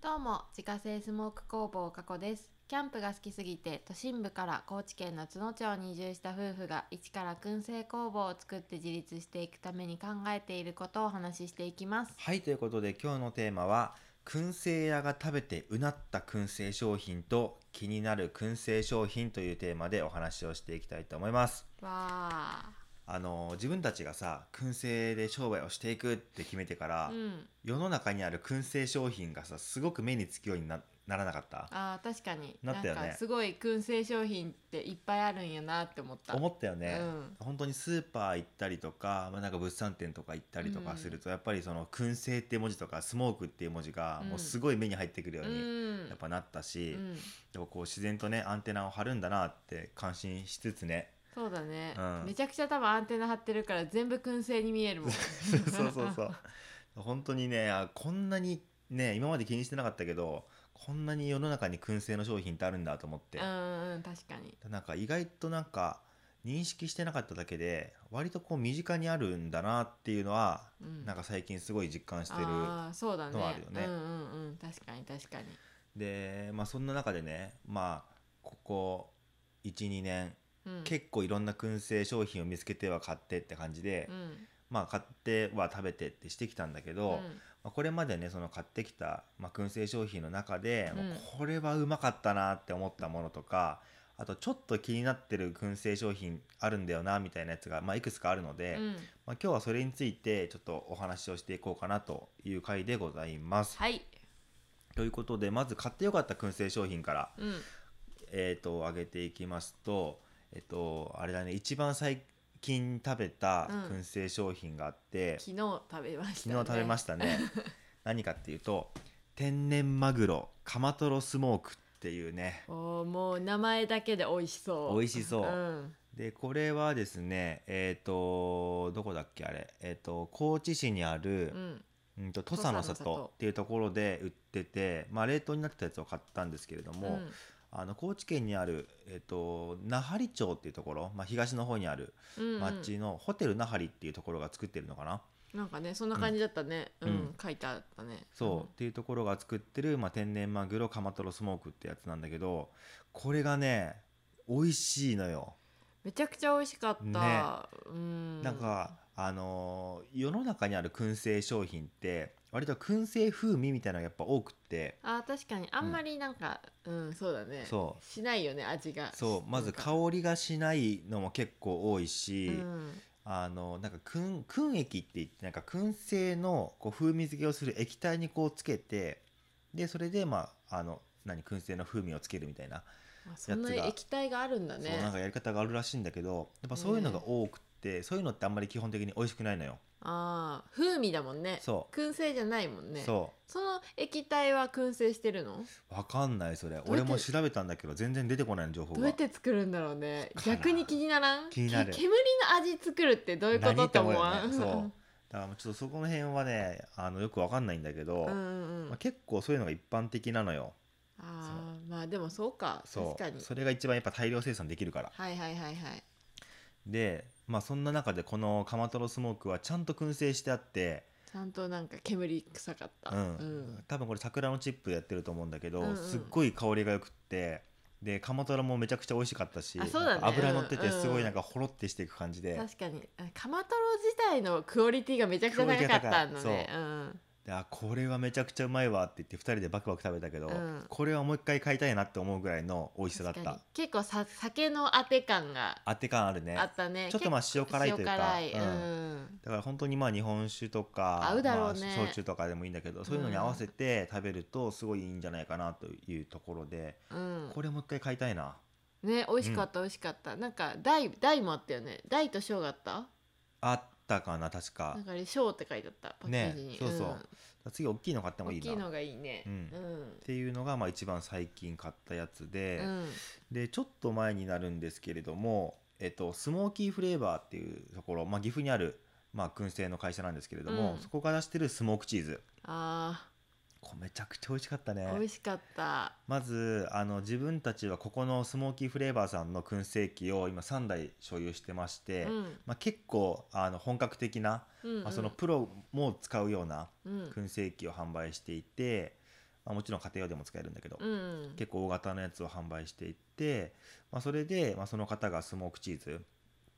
どうも自家製スモーク工房加古ですキャンプが好きすぎて都心部から高知県の津野町に移住した夫婦が一から燻製工房を作って自立していくために考えていることをお話ししていきますはい、ということで今日のテーマは、燻製屋が食べてうなった燻製商品と気になる燻製商品というテーマでお話をしていきたいと思います。わあの自分たちがさ、燻製で商売をしていくって決めてから、あうん世の中にある燻製商品がさ、すごく目につくようになならなかったあー確かになったよねんかすごい燻製商品っていっぱいあるんやなって思った思ったよね、うん本当にスーパー行ったりとか,、まあ、なんか物産展とか行ったりとかすると、やっぱりその燻製っていう文字とかスモークっていう文字がもうすごい目に入ってくるよううにんやっぱなったし、うん、でもこう自然とねアンテナを張るんだなって感心しつつ ねそうだね、うんめちゃくちゃ多分アンテナ張ってるから全部燻製に見えるもんそうそうそうそう本当にねあこんなにね今まで気にしてなかったけどこんなに世の中に燻製の商品ってあるんだと思って、うんうん確かになんか意外となんか認識してなかっただけで割とこう身近にあるんだなっていうのは、うんなんか最近すごい実感してるあーそうだねのはあるよねうんうんうん確かに確かにで、まあ、そんな中でねまあここ12年、うん結構いろんな燻製商品を見つけては買ってって感じで、うんまあ買っては食べてってしてきたんだけうど、んまあ、これまでねその買ってきた、まあ、燻製商品の中で、うんもうこれはうまかったなって思ったものとかあとちょっと気になってる燻製商品あるんだよなみたいなやつが、まあ、いくつかあるので、うんまあ、今日はそれについてちょっとお話をしていこうかなという回でございます。はいということでまず買ってよかった燻製商品から、うんえー、と上げていきますとえっ、とあれだね一番最近食べたうん燻製商品があって。昨日食べました、昨日食べましした ね何かっていうと天然マグロカマトロスモークっていうねたおーもう名前だけで美味しそう美味し味しそう、うんでこれはですねえっ、とどこだっけあれえっ、と高知市にあるう、んうん、と土佐の土佐の里里っていうところで売ってて、まあ、冷凍になってたやつを買ったんですけれども、うんあの高知県にある、えっと那覇里町っていうところ、まあ、東の方にあるうんうん町のホテル那覇里っていうところが作ってるのかな、なんかねそんな感じだったねう、うんん書いてあったねそう、っていうところが作ってる、まあ、天然マグロカマトロスモークってやつなんだけどこれがね美味しいのよ、めちゃくちゃ美味しかった、ねうんなんかあのー世の中にある燻製商品って割と燻製風味みたいなのがやっぱ多くってあー確かにあんまりなんかうん、そうだねそしないよね味がそうまず香りがしないのも結構多いし、うんあのなんか燻燻液って言ってなんか燻製のこう風味付けをする液体にこうつけてでそれでまああの何燻製の風味をつけるみたいなまあ、そんなやつが液体があるんだそうなんねかやり方があるらしいんだけどやっぱそういうのが多くて、そういうのってあんまり基本的に美味しくないのよ、ああ風味だもんねそう、燻製じゃないもんねそその液体は燻製してるのうわかんないそれて俺も調べたんだけど全然出てこないの情報どうやがって作るんだろうねわからん逆に気にならん気になるけ煙の味作るってどういうこ何とって思よわんねそうだからちょっとそこの辺はねあのよくわかんないんだけど、うんうんうんまあ、結構そういうのが一般的なのよあーまあでもそうかそ確かにうそれが一番やっぱ大量生産できるからはいはいはいはいでまあそんな中でこのカマトロスモークはちゃんと燻製してあってちゃんとなんか煙臭かったうん多分これ桜のチップでやってると思うんだけど、うんうんすっごい香りがよくってでカマトラもめちゃくちゃ美味しかったし、あそうだね油乗ってうんてうんすごいなんかほろってしていく感じで,、確かにあカマトロ自体のクオリティがめちゃくちゃ高かったのクオリねティが高いうんであこれはめちゃくちゃうまいわって言って2人でバクバク食べたけど、うんこれはもう一回買いたいなって思うぐらいの美味しさだっ確かにた結構さ酒の当て感が当て感あるねあったねちょっとまあ塩辛いというか塩辛い、ううんん、だから本当にまあ日本酒とか合うだろうねまあ、焼酎とかでもいいんだけどそういうのに合わせて食べるとすごいいいんじゃないかなというところで、うんこれもう一回買いたいなね美味しかった美味しかったなんか大大もあったよね大と小があったあったかな確かなんかあれ小って書いてあったパッケージに、ねそうそう次大きいの買ってうんもい大いきなっいのがいいねうんうんていうのがまあ一番最近買ったやつで、うんでちょっと前になるんですけれども、えっと、スモーキーフレーバーっていうところ、まあ、岐阜にある、まあ、燻製の会社なんですけれどうも、んそこが出してるスモークチーズあこれめちゃくちゃ美味しかったー美ね味しかったまずあの自分たちはここのスモーキーフレーバーさんの燻製機を今3台所有してまして、うんまあ、結構あの本格的な、うんまあ、そのプロも使うようなうん燻製機を販売していて、まあ、もちろん家庭用でも使えるんだけど、うん結構大型のやつを販売していって、まあ、それで、まあ、その方がスモークチーズ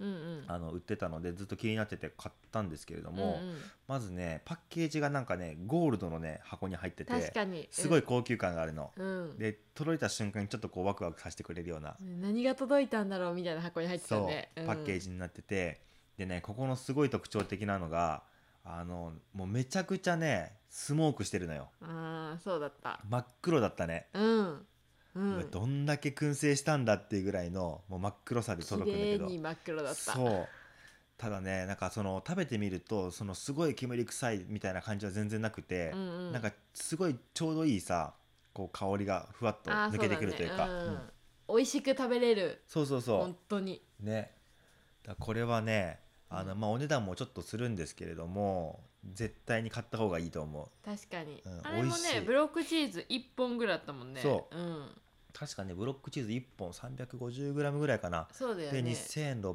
うんうんあの売ってたのでずっと気になってて買ったんですけれども、うんうんまずねパッケージがなんかねゴールドのね箱に入って確てかにすごい高級感があるの。うん、うんで届いた瞬間にちょっとこうワクワクさせてくれるような、何が届いたんだろうみたいな箱に入ってたそうねパッケージになってて、でねここのすごい特徴的なのがあのもうめちゃくちゃねスモークしてるのようん、あーそうだった真っ黒だったね、うんううわんどんだけ燻製したんだっていうぐらいのもう真っ黒さで綺届くんだ麗けどに真っ黒だったそうただねなんかその食べてみるとそのすごい煙臭いみたいな感じは全然なくて、うんうん、なんかすごいちょうどいいさこう香りがふわっとあー抜けてくるというかそだねうんうん美味しく食べれるそうそうそう本当にねだこれはねあの、うまあ、お値段もちょっとするんですけれども絶対に買った方がいいと思確かに、うんあれも美味しねいブロックチーズ1本ぐらいだったもんね、そうん、う確かねブロックチーズ1本 350g ぐらいかなそうだよでね2600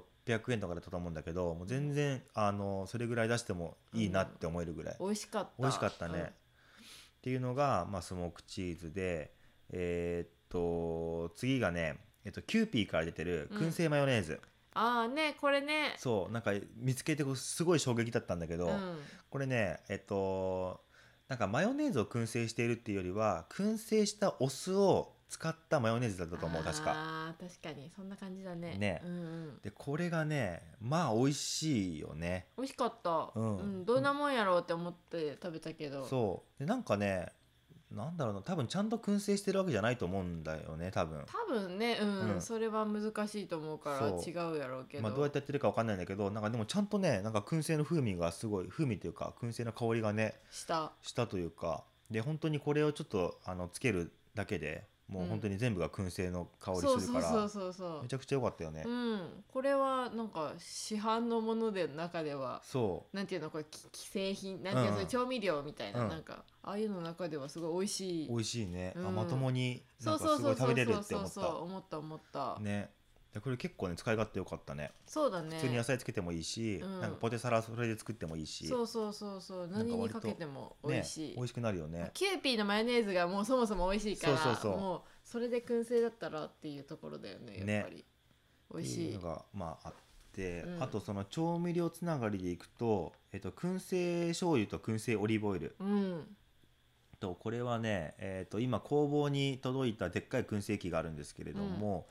円とかだったと思うんだけどもう全然、あのそれぐらい出してもいいなって思えるぐらい、美味しかった美味しかったね、っ、ていうのが、まあ、スモークチーズでえーっと次がね、えっと、キューピーから出てるうん燻製マヨネーズ、うんああねこれねそうなんか見つけてこうすごい衝撃だったんだけうど、んこれねえっとなんかマヨネーズを燻製しているっていうよりは燻製したお酢を使ったマヨネーズだったと思う確かあー確かにそんな感じだねねうんうん、でこれがねまあ美味しいよね美味しかった、うんどんなもんやろうって思って食べたけどそうでなんかねなんだろうな多分ちゃんと燻製してるわけじゃないと思うんだよね多分多分ね、うんうんそれは難しいと思うからそう違うやろうけど、まあ、どうやってやってるかわかんないんだけどなんかでもちゃんとねなんか燻製の風味がすごい風味というか燻製の香りがねしたしたというかで本当にこれをちょっとあのつけるだけでもう本当に全部が燻製の香りすそうるそかうら、そうそうそうめちゃくちゃ良かったよね、うん、これはなんか市販のもので中ではそなんていうのこれき既製品なんていうの、うんうん調味料みたいな、うんなんかああいうの中ではすごい美味しうい美味しいね、うんあまともにそなうんそかうすそごうい食べれるそうってそ思うっそうた思った思った、ねでこれ結構ね使い勝手良かったねそうだね普通に野菜つけてもいいし、うんなんかポテサラそれで作ってもいいしそうそうそうそうなんか割何とにかけても美味しい、ね、美味しくなるよねキューピーのマヨネーズがもうそもそも美味しいからそうそうそうもうそれで燻製だったらっていうところだよねやっぱり、美味ってしいいうのがまああって、うんあとその調味料つながりでいくと、えっと、燻製醤油と燻製オリーブオイルうんとこれはね、えっと今工房に届いたでっかい燻製機があるんですけれども、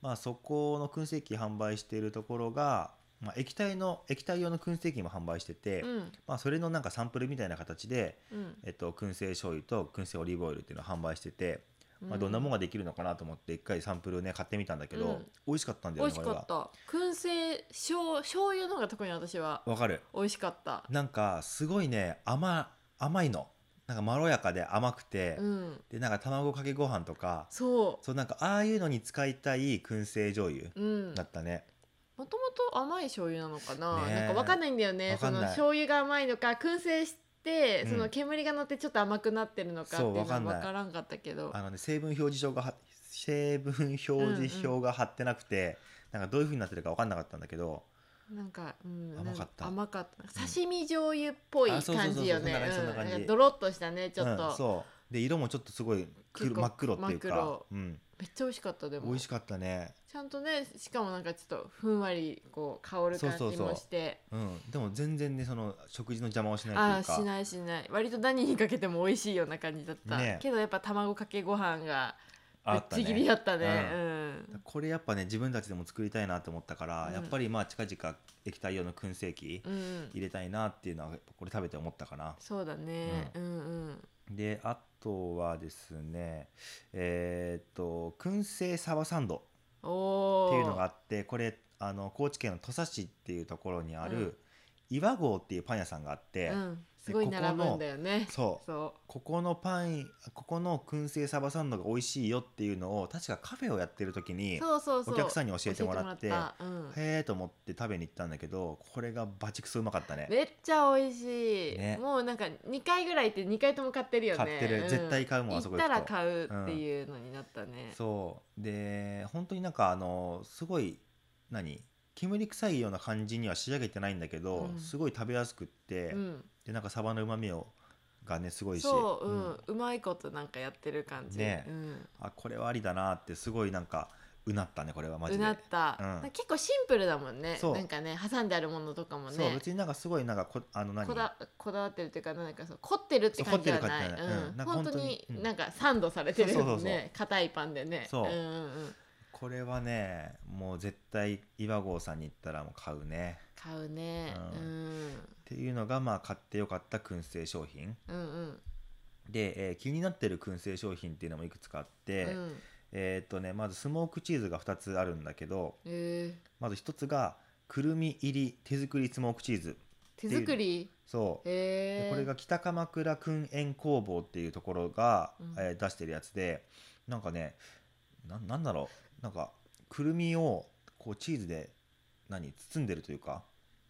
まあ、そこの燻製機販売しているところが、まあ、液体の液体用の燻製機も販売してて、うんまあ、それのなんかサンプルみたいな形で、うんえっと、燻製醤油と燻製オリーブオイルっていうのを販売してて、まうあ、どんなもんができるのかなと思って一回サンプルをね買ってみたんだけど、うん美味しかったんだ美よ味しねこれかっが。た燻製醤醤油の方が特に私はわかる美味しかったなんかすごいね甘甘いのなんかまろやかで甘くて、うんでなんか卵かけご飯とかそそうなんかああいうのに使いたい燻製醤油ううんだったね、もともと甘い醤油なのかな、ねえなんかわかんないんだよねわそかんのない醤油が甘いのか燻製して、うんその煙が乗ってちょっと甘くなってるのかっていうのそうわかはんないわからんかったけどあのね成分表示書がは成分表示表が貼ってなくて、なんかどういう風になってるか分かんなかったんだけどなんか、うん、甘かったなん甘かった刺身醤油っぽいあそうそう感そうそうじよねそんなうん感じそんな感じなんかドロッとしたねちょっうんと、そうで色もちょっとすごい黒結構真っ黒っていう真っか黒、うん、めっちゃ美味しかったでも美味しかったね、ちゃんとねしかもなんかちょっとふんわりこう香る感じそうそうそもうしてうん、でも全然ねその食事の邪魔をしなあいあというかしないしない割と何にかけても美味しいような感じだった、ねけどやっぱ卵かけご飯がぶあっったちぎりだったねううんこれやっぱね自分たちでも作りたいなと思ったから、うんやっぱりまあ近々液体用の燻製機うん、入れたいなっていうのはこれ食べて思ったかな。そうだね、うん、うんであとはですねえーっと燻製サバサンドおおっていうのがあってこれあの高知県の土佐市っていうところにあうる岩合っていうパン屋さんがあって、うん、すごい並ぶんだよねそうそここのパンここの燻製サバサンドが美味しいよっていうのを確かカフェをやってる時うにそうそうそうお客さんに教えてもらっ教えててもらったうんへえと思って食べに行ったんだけどこれがバチクソうまかったねめっちゃ美味しい、ねもうなんか2回ぐらいって2回とも買ってるよね買ってるうん絶対買うもんあそこ行くと行ったら買うっていうのになったね、そうで本当になんかあのすごい何煙臭いような感じには仕上げてないんだけど、うんすごい食べやすくって、うんでなんかサバのうまみをがねすごいしそう、うんううんまいことなんかやってる感じ、ねうん、あこれはありだなってすごいなんかうなったねこれはマジうでなった、うんなんか結構シンプルだもんねそうなんかね挟んであるものとかもそうね別になんかすごいなんかこあの何こだこだわってるっていうかなんかそう凝ってるって感じじゃないそう凝ってる感じじゃないううんなんんか本本当当ににうんなんかサンドされてるよねそうそうそうそう硬いパンでねそうんんうん、これはねもう絶対岩合さんに行ったらもう買うね買うね、ううんん、っていうのがまあ買ってよかった燻製商品うんうんで、えー気になってる燻製商品っていうのもいくつかあって、うんえーっとねまずスモークチーズが2つあるんだけどえまず1つがくるみ入り手作りスモークチーズー、手作りそう、えでー、これが北鎌倉燻煙工房っていうところが、うんえー出してるやつでなんかねななんだろうなんかくるみをこうチーズで何包んでるというか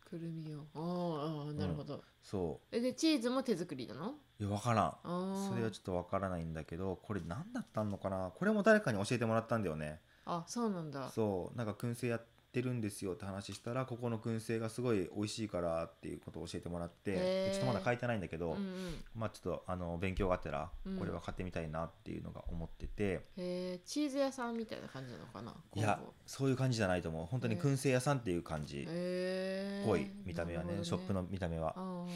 くるみをあーあーなるほど、そえでチーズも手作りなのういや分からんあーそれはちょっとわからないんだけどこれ何だったのかなこれも誰かに教えてもらったんだよねあそうなんだそうなんか燻製やってるんですよって話したらここの燻製がすごい美味しいからっていうことを教えてもらってへーちょっとまだ書いてないんだけど、うんうん、まあちょっとあの勉強があったらうんこれは買ってみたいなっていうのが思ってて、えー、チーズ屋さんみたいな感じなのかないやそういう感じじゃないと思う本当にへー燻製屋さんっていう感じえー、っぽい見た目はね,、なるほどショップの見た目は。 あ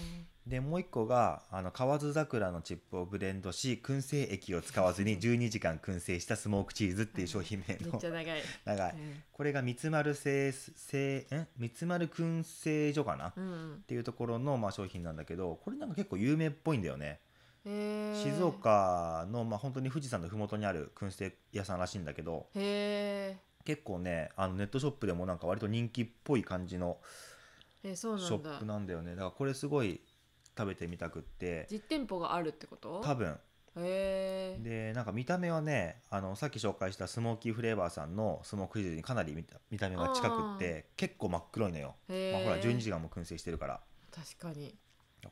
でもう一個があの河津桜のチップをブレンドし燻製液を使わずに12時間燻製したスモークチーズっていう商品名ーめっのちゃ長い、長いこれが三つ丸製製ん三つ丸燻製所かな、うっんうんていうところの、まあ、商品なんだけどこれなんか結構有名っぽいんだよね、えー、静岡の、まあ、本当に富士山の麓にある燻製屋さんらしいんだけどへ結構ねあのネットショップでもなんか割と人気っぽい感じのーえそうシなョんだップなんだよねだからこれすごい食べてみたくって実店舗があるってこと多分へえでなんか見た目はねあのさっき紹介したスモーキーフレーバーさんのスモークチーズにかなり見た見た目が近くって結構真っ黒いのよ、へーまあ、ほら12時間も燻製してるから確かに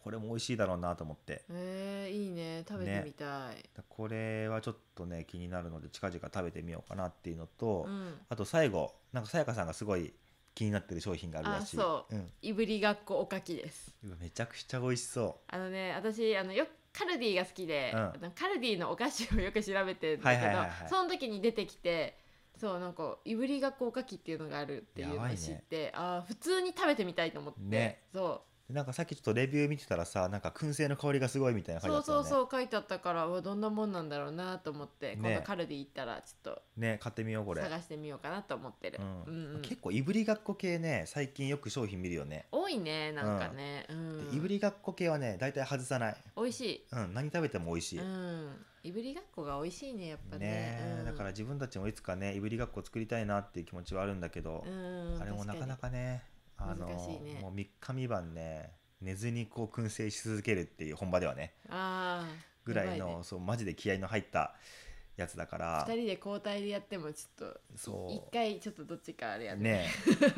これも美味しいだろうなと思ってえー、いいね食べてみたい、これはちょっとね気になるので近々食べてみようかなっていうのと、うんあと最後なんかさやかさんがすごい気になってる商品があるらしい、あそうん、いぶりがっこおかきですうわめちゃくちゃ美味しそあのね私あのよくカルディが好きで、うんあのカルディのお菓子をよく調べてるんだけど、はいはいはいはいその時に出てきてそうなんかいぶりがっこおかきっていうのがあるっていうのやをばいね知って、あー普通に食べてみたいと思って、ねそううなんかさっきちょっとレビュー見てたらさなんか燻製の香りがすごいみたいな感じそだうったそようそうね書いてあったからうわどんなもんなんだろうなと思って、今度カルディ行ったらちょっとね買ってみようこれ探してみようかなと思ってる、ううんんうん結構いぶりがっこ系ね最近よく商品見るよね、多いねなんかね、うんでいぶりがっこ系はね大体外さない、美味しい、うん、何食べても美味しい、うん、いぶりがっこが美味しいねやっぱねねえうんだから自分たちもいつかねいぶりがっこ作りたいなっていう気持ちはあるんだけど、うんあれもなかなかねあの難しいねもう3日3晩ね寝ずにこう燻製し続けるっていう本場ではね確かにあーぐらいやのばねそうマジで気合の入ったやつだから二人で交代でやってもちょっとそう一回ちょっとどっちかあれやね ね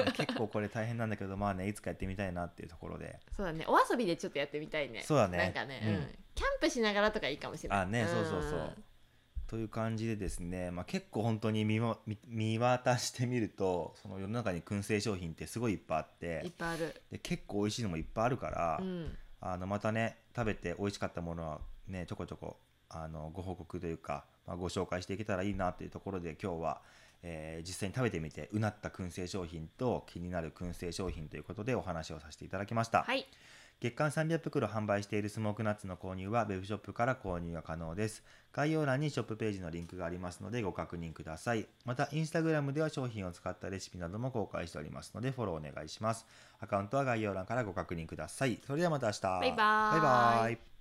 え結構これ大変なんだけどまあねいつかやってみたいなっていうところでそうだねお遊びでちょっとやってみたいねそうだねなんかね、うんうんキャンプしながらとかいいかもしれないあねそうそうそんうという感じでですね、まあ、結構本当に見も見見渡してみるとその世の中に燻製商品ってすごいいっぱいあっいってぱいあるで結構美味しいのもいっぱいあるから、うんあのまたね食べて美味しかったものはねちょこちょこあのご報告というか、まあ、ご紹介していけたらいいなというところで今日は、えー実際に食べてみてうなった燻製商品と気になる燻製商品ということでお話をさせていただきました、はい月間300袋販売しているスモークナッツの購入は Web ショップから購入が可能です概要欄にショップページのリンクがありますのでご確認くださいまた Instagram では商品を使ったレシピなども公開しておりますのでフォローお願いしますアカウントは概要欄からご確認くださいそれではまた明日ババイバーイバイバイ